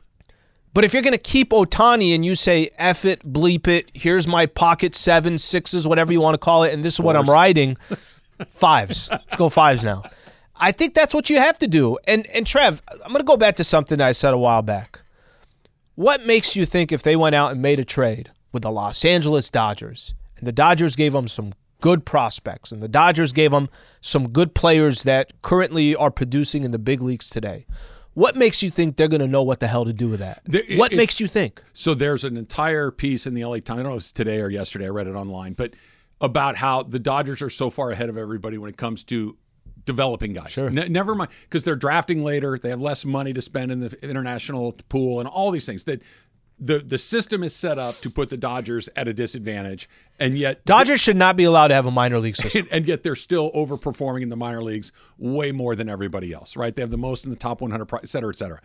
But if you're going to keep Otani and you say, F it, bleep it, here's my pocket seven, sixes, whatever you want to call it, and this is what I'm Fours. riding, fives. Let's go fives now. I think that's what you have to do. And, and Trev, I'm going to go back to something I said a while back. What makes you think if they went out and made a trade with the Los Angeles Dodgers and the Dodgers gave them some good prospects and the Dodgers gave them some good players that currently are producing in the big leagues today? What makes you think they're going to know what the hell to do with that? The- what it- makes you think? So there's an entire piece in the LA Times. I don't know if it's today or yesterday. I read it online, but about how the Dodgers are so far ahead of everybody when it comes to developing guys. Sure. never mind, because they're drafting later. They have less money to spend in the international pool and all these things that. The, the system is set up to put the Dodgers at a disadvantage, and yet Dodgers should not be allowed to have a minor league system. and, and yet they're still overperforming in the minor leagues way more than everybody else, right? They have the most in the top 100, pro- et cetera, et cetera.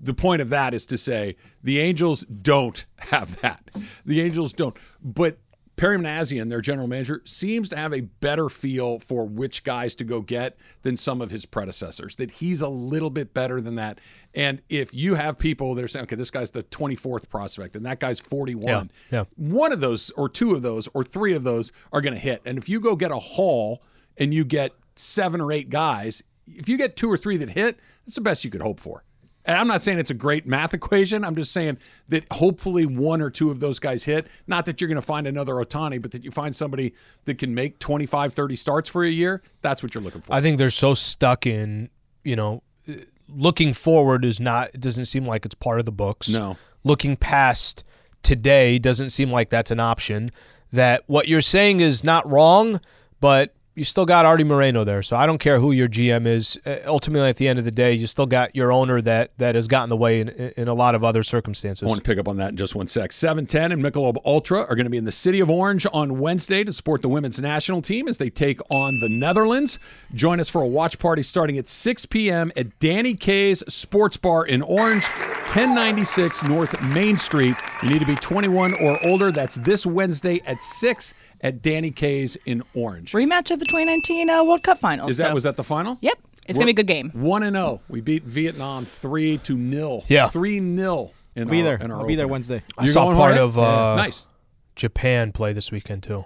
The point of that is to say the Angels don't have that. The Angels don't. But Perry Manassian, their general manager, seems to have a better feel for which guys to go get than some of his predecessors, that he's a little bit better than that. And if you have people that are saying, okay, this guy's the 24th prospect and that guy's 41, Yeah, yeah. one of those or two of those or three of those are going to hit. And if you go get a haul and you get seven or eight guys, if you get two or three that hit, that's the best you could hope for. And I'm not saying it's a great math equation. I'm just saying that hopefully one or two of those guys hit. Not that you're going to find another Otani, but that you find somebody that can make 25, 30 starts for a year. That's what you're looking for. I think they're so stuck in, you know, uh, looking forward is not it doesn't seem like it's part of the books. No. Looking past today doesn't seem like that's an option. That what you're saying is not wrong, but you still got Artie Moreno there. So I don't care who your GM is. Uh, Ultimately, at the end of the day, you still got your owner that that has gotten the way in, in in a lot of other circumstances. I want to pick up on that in just one sec. 710 and Michelob Ultra are going to be in the city of Orange on Wednesday to support the women's national team as they take on the Netherlands. Join us for a watch party starting at 6 p.m. at Danny K's Sports Bar in Orange, 1096 North Main Street. You need to be 21 or older. That's this Wednesday at 6 at Danny K's in Orange. Rematch of the 2019 uh, World Cup Finals. Is that so- was that the final? Yep. It's gonna be a good game. One and zero. We beat Vietnam three to nil. Yeah. three nil. In I'll be our, there. In our I'll be there opener. Wednesday. I saw going part Jorge? of uh, nice. Japan play this weekend too.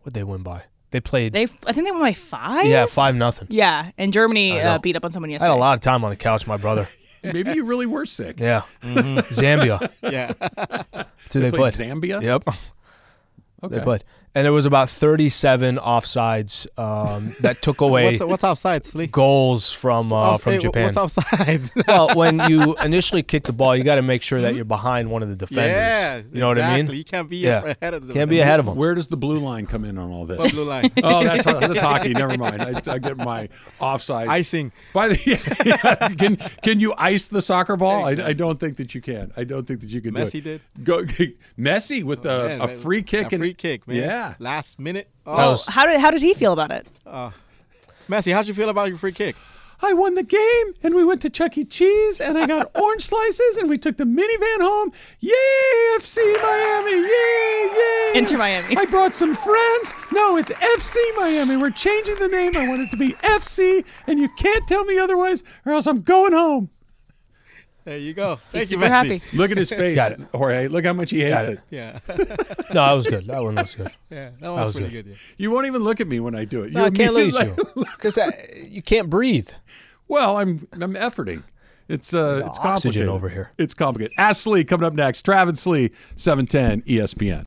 What'd they win by? They played They, I think they won by five. yeah five nothing. Yeah, and Germany I know. uh, beat up on someone I had yesterday. a lot of time on the couch, my brother. Maybe you really were sick. Yeah. Zambia. Yeah. That's who they, played played. Zambia? Yep. They played. And there was about 37 offsides um, that took away What's, what's outside, Slee? goals from uh, Off- from hey, Japan. What's outside? well, when you initially kick the ball, you got to make sure that you're behind one of the defenders. yeah. you know what I mean? exactly. You can't be Yeah. ahead of them. Can't be ahead of them. Where does the blue line come in on all this? Blue line. Oh, that's that's hockey. Never mind. I, I get my offside Icing. By the can can you ice the soccer ball? I, I don't think that you can. I don't think that you can. do Messi it. did. Go Messi with a, Man, a free kick A and free kick, man. Yeah, Last minute. Oh, That was- How did how did he feel about it? Messi, how'd you feel about your free kick? I won the game and we went to Chuck E. Cheese and I got orange slices and we took the minivan home. Yay, FC Miami! Yay, yay! Enter Miami. I brought some friends. No, it's FC Miami. We're changing the name. I want it to be FC, and you can't tell me otherwise, or else I'm going home. There you go. Thank He's you, super Messi. happy. Look at his face, Jorge. Look how much he hates Got it. it. Yeah. no, that was good. That one was good. Yeah. That was, was pretty good. good. yeah. You won't even look at me when I do it. No, I can't immediately- lose you because uh, you can't breathe. Well, I'm I'm efforting. It's uh, it's complicated oxygen over here. It's complicated. Ask Slee coming up next. Travis Slee, seven ten E ESPN.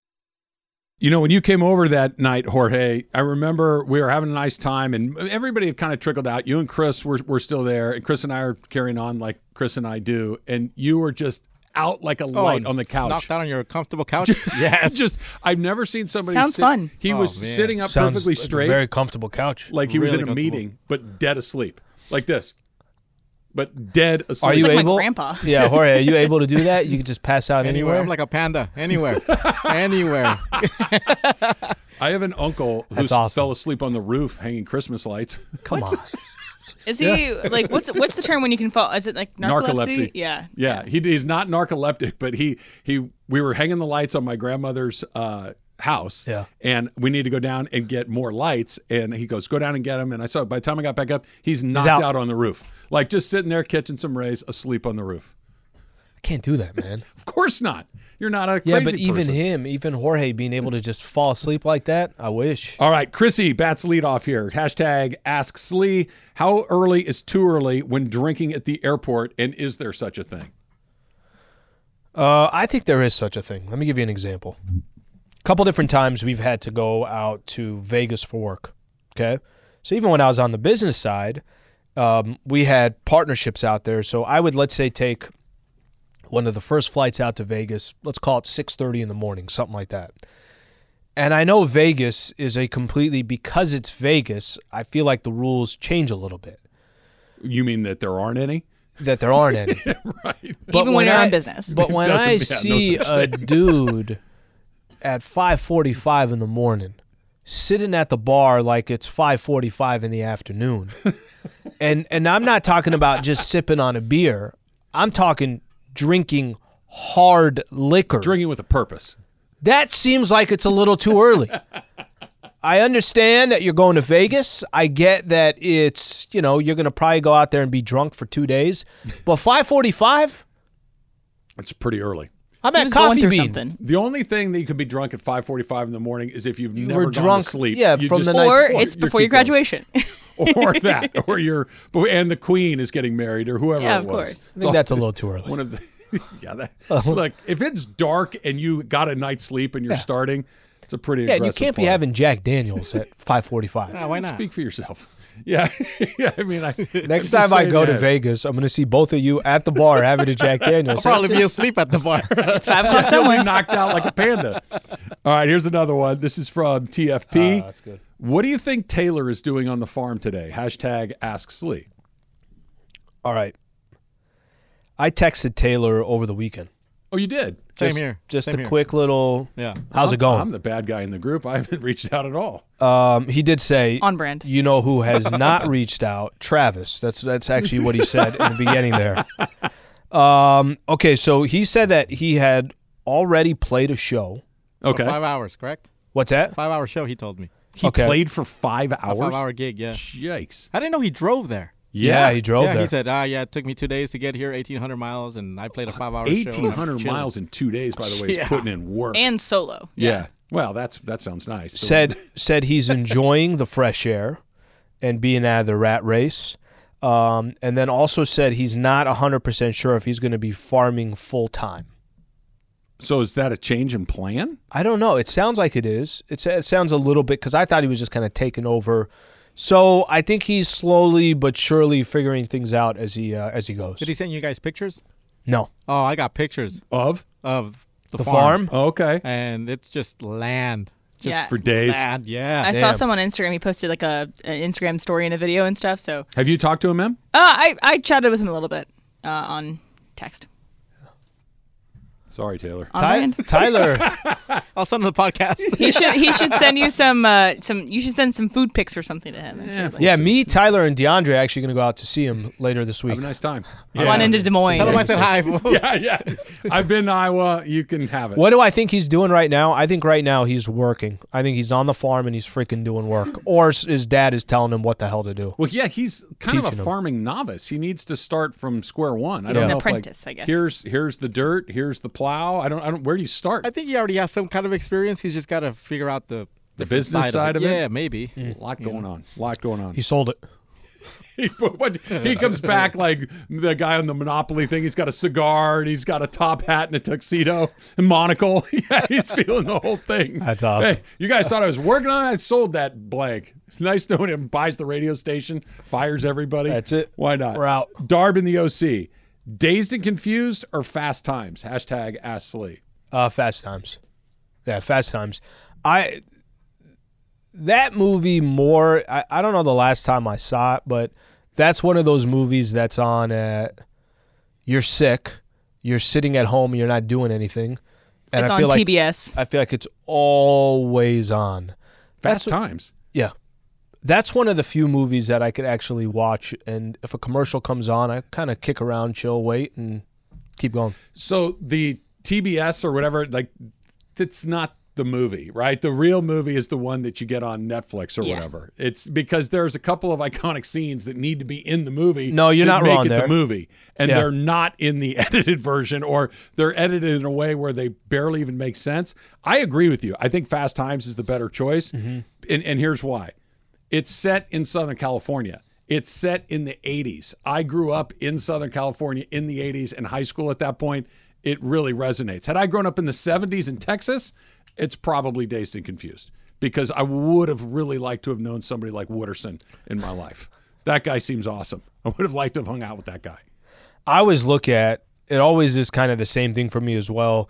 You know, when you came over that night, Jorge, I remember we were having a nice time and everybody had kind of trickled out. You and Chris were, were still there, and Chris and I are carrying on like Chris and I do. And you were just out like a light on the couch. Oh, Knocked out on your comfortable couch. yes. Just I've never seen somebody. Sounds sit- fun. He Oh, was man. sitting up Sounds perfectly like a straight, very comfortable couch. like he was Really in a comfortable. meeting, but dead asleep, like this, but dead asleep. Are you able? Yeah, Jorge, are you able to do that? You can just pass out anywhere. anywhere. I'm like a panda. Anywhere. anywhere. I have an uncle who That's awesome. fell asleep on the roof hanging Christmas lights. Come on. Is he Yeah. like what's what's the term when you can fall? Is it like narcolepsy? Yeah. yeah. He, he's not narcoleptic, but he he we were hanging the lights on my grandmother's uh, house. Yeah. And we need to go down and get more lights. And he goes, go down and get them. And I saw by the time I got back up, he's knocked out. out. on the roof, like just sitting there catching some rays, asleep on the roof. I can't do that, man. Of course not. You're not a crazy yeah, but even person. him, even Jorge, being able to just fall asleep like that, I wish. All right, Chrissy bats lead off here. Hashtag ask Slee. How early is too early when drinking at the airport, and is there such a thing? Uh, I think there is such a thing. Let me give you an example. A couple different times we've had to go out to Vegas for work. Okay. So even when I was on the business side, um, we had partnerships out there. So I would, let's say, take one of the first flights out to Vegas. Let's call it 6:30 in the morning, something like that. And I know Vegas is a completely because it's Vegas. I feel like the rules change a little bit. You mean that there aren't any? That there aren't any. right. Even when you're I- on business. But when Doesn't- yeah, I no see such a thing. dude at 5:45 in the morning sitting at the bar like it's 5:45 in the afternoon, and and I'm not talking about just sipping on a beer. I'm talking drinking hard liquor. Drinking with a purpose. That seems like it's a little too early. I understand that you're going to Vegas. I get that it's, you know, you're going to probably go out there and be drunk for 2 days. But 5:45? It's pretty early. I'm at Coffee Bean. The only thing that you can be drunk at 5:45 in the morning is if you've never were gone drunk, to sleep. yeah, You from just- the night Or it's before your graduation. or that, or your, and the queen is getting married, or whoever. Yeah, it of was. course. I think It's all- that's a little too early. One of the, yeah, that, look, if it's dark and you got a night's sleep and you're Uh-huh. Yeah. starting, it's a pretty. Yeah, you aggressive can't be party. having Jack Daniels at 5:45. Speak for yourself. Yeah, yeah. I mean, I, Next time I go to Vegas, I'm going to see both of you at the bar having a Jack Daniels. I'll probably be asleep at the bar. it's five Yeah, o'clock you'll be somewhere. knocked out like a panda. All right, here's another one. This is from TFP. that's good. What do you think Taylor is doing on the farm today? Hashtag Ask Slee. All right. I texted Taylor over the weekend. Oh, you did. Same just, here. Just Same a here. quick little. Yeah. How's it I'm- going? I'm the bad guy in the group. I haven't reached out at all. Um, he did say On brand. You know who has not reached out? Travis. That's that's actually what he said in the beginning there. Um, okay, so he said that he had already played a show. Okay. Five hours, correct? What's that? Five hour show, he told me. He Okay. played for five A hours. five hour gig, yeah. Yikes. I didn't know he drove there. Yeah, he drove yeah, there. he said, ah, yeah, it took me two days to get here, 1,800 miles, and I played a five hour show. and I'm 1,800 chilling. miles in two days, by the way, is Yeah. putting in work. And solo. yeah. Well, that's that sounds nice. So- said said he's enjoying the fresh air and being out of the rat race. Um, and then also said he's not 100% sure if he's going to be farming full time. so is that a change in plan? I don't know. It sounds like it is. It, sa- it sounds a little bit because I thought he was just kind of taking over. So I think he's slowly but surely figuring things out as he uh, as he goes. Did he send you guys pictures? No, Oh, I got pictures Of? of the, The farm. farm? Oh, okay. And it's just land. Just Yeah. For days. land, yeah. I saw some on Instagram. He posted like a an Instagram story and a video and stuff. So uh, Have you talked to him, Em? I I chatted with him a little bit uh, on text. Sorry, Taylor. On Ty- brand. Tyler, I'll send him the podcast. He should he should send you some uh, some you should send some food pics or something to him. Yeah, yeah, me, Tyler, and DeAndre are actually going to go out to see him later this week. Have a nice time. One into Des Moines. Tell him I said hi. yeah, yeah. I've been to Iowa. You can have it. What do I think he's doing right now? I think right now he's working. I think he's on the farm and he's freaking doing work, or s- his dad is telling him what the hell to do. Well, yeah, he's kind of Teaching a 'em. farming novice. He needs to start from square one. I He's don't an know if, like, apprentice, I guess. Here's here's the dirt. Here's the plow. I don't. I don't. Where do you start? I think he already has some kind of experience. He's just got to figure out the, The different business side of it? Yeah, maybe. Mm. a lot going on. A lot going on. He sold it. He, what, he comes back like the guy on the Monopoly thing. He's got a cigar and he's got a top hat and a tuxedo and monocle. yeah, he's feeling the whole thing. That's awesome. Hey, you guys thought I was working on it? I sold that blank. It's nice knowing him. Buys the radio station, fires everybody. That's it. Why not? We're out. Darb in the OC. Dazed and confused or fast times? Hashtag ask Slee. Uh, Fast Times. Yeah, Fast Times. I that movie more. I, I don't know the last time I saw it, but that's one of those movies that's on at. You're sick. You're sitting at home. You're not doing anything. And It's I on feel like, TBS. I feel like it's always on. Fast what- times. yeah. That's one of the few movies that I could actually watch. And if a commercial comes on, I kind of kick around, chill, wait, and keep going. So the TBS or whatever, like that's not the movie, right? The real movie is the one that you get on Netflix or Yeah. whatever. It's because there's a couple of iconic scenes that need to be in the movie. No, you're that not make wrong it there. the movie, and Yeah. they're not in the edited version, or they're edited in a way where they barely even make sense. I agree with you. I think Fast Times is the better choice, Mm-hmm. and, and here's why: it's set in Southern California. It's set in the 80s. I grew up in Southern California in the 80s in high school at that point. It really resonates. Had I grown up in the 70s in Texas, it's probably dazed and confused because I would have really liked to have known somebody like Wooderson in my life. That guy seems awesome. I would have liked to have hung out with that guy. I always look at it always is kind of the same thing for me as well.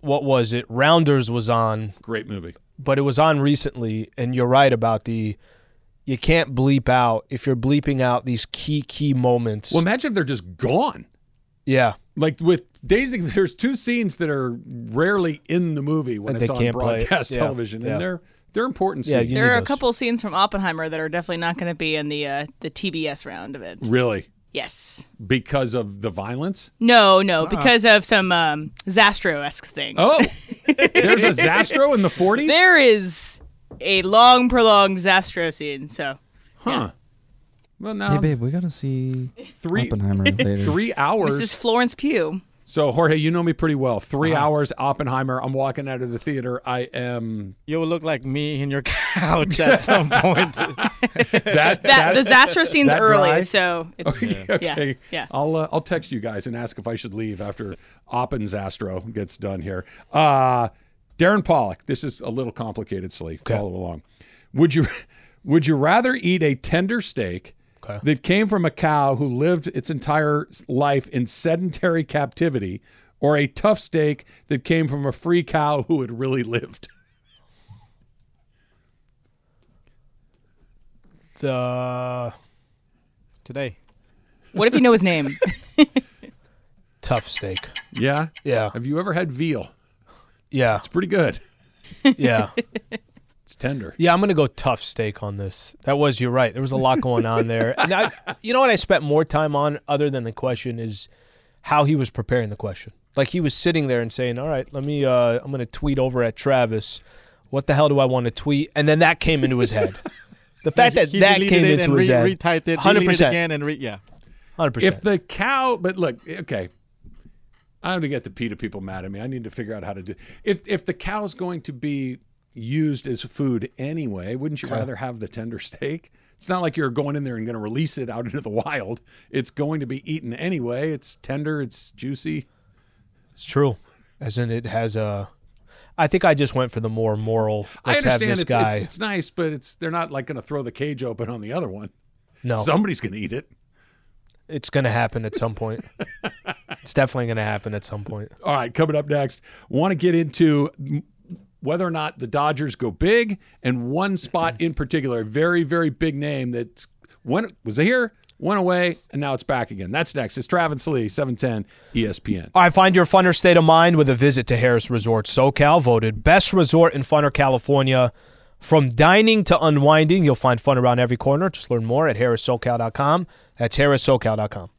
What was it? Rounders was on, Great movie. but it was on recently and you're right about the you can't bleep out if you're bleeping out these key key moments. Well, imagine if they're just gone. Yeah. Like with Daisy, there's two scenes that are rarely in the movie when And it's they on can't play. broadcast Yeah. television, Yeah. and they're they're important Yeah, scenes. you There are a couple of scenes from Oppenheimer that are definitely not going to be in the uh, the TBS round of it. Really? Yes. Because of the violence? No, no, Ah. because of some um, Zastro esque things. Oh, there's a Zastro in the 40s? There is a long, prolonged Zastro scene, so. Huh. Well, now Hey, babe, we gotta see three Oppenheimer later. three hours. This is Florence Pugh. So Jorge, you know me pretty well. 3 Uh-huh. hours, Oppenheimer. I'm walking out of the theater. I am. You'll look like me in your couch at some point. That, That, the Zastro scene's that early, dry? so it's. Okay, yeah, okay. yeah. I'll uh, I'll text you guys and ask if I should leave after Oppen Zastro gets done here. Uh, Darren Pollock, this is a little complicated, Sleep. Follow along. Would you would you rather eat a tender steak that came from a cow who lived its entire s- life in sedentary captivity, or a tough steak that came from a free cow who had really lived? The today. What if you know his name? tough steak. Yeah. Yeah. Have you ever had veal? Yeah. It's pretty good. Yeah. It's tender. Yeah, I'm gonna go tough steak on this. That was you're right. There was a lot going on there. And I, you know what I spent more time on other than the question is how he was preparing the question. Like he was sitting there and saying, "All right, let me. Uh, I'm gonna tweet over at Travis. What the hell do I want to tweet?" And then that came into his head. The fact that He that deleted came it into and his re- head. retyped it, Hundred deleted it percent. again, and re- yeah. Hundred percent. If the cow, but look, okay, I'm gonna get the PETA people mad at me. I need to figure out how to do. If if the cow's going to be used as food anyway, wouldn't you Okay. rather have the tender steak? It's not like you're going in there and going to release it out into the wild. It's going to be eaten anyway. It's tender. It's juicy. It's true. As in, it has a. I think I just went for the more moral. I Let's have understand this it's, guy. it's it's nice, but it's they're not like going to throw the cage open on the other one. No. somebody's going to eat it. it's gonna happen at some point. it's definitely gonna happen at some point. All right, coming up next, want to get into whether or not the Dodgers go big and one spot in particular, a very, very big name that went, was here, went away, and now it's back again. That's next. It's Travis Lee, E 710 ESPN. All right, find your funner state of mind with a visit to Harris Resort SoCal, voted best resort in funner California. From dining to unwinding, you'll find fun around every corner. Just learn more at harrissocal.com. That's harrissocal.com.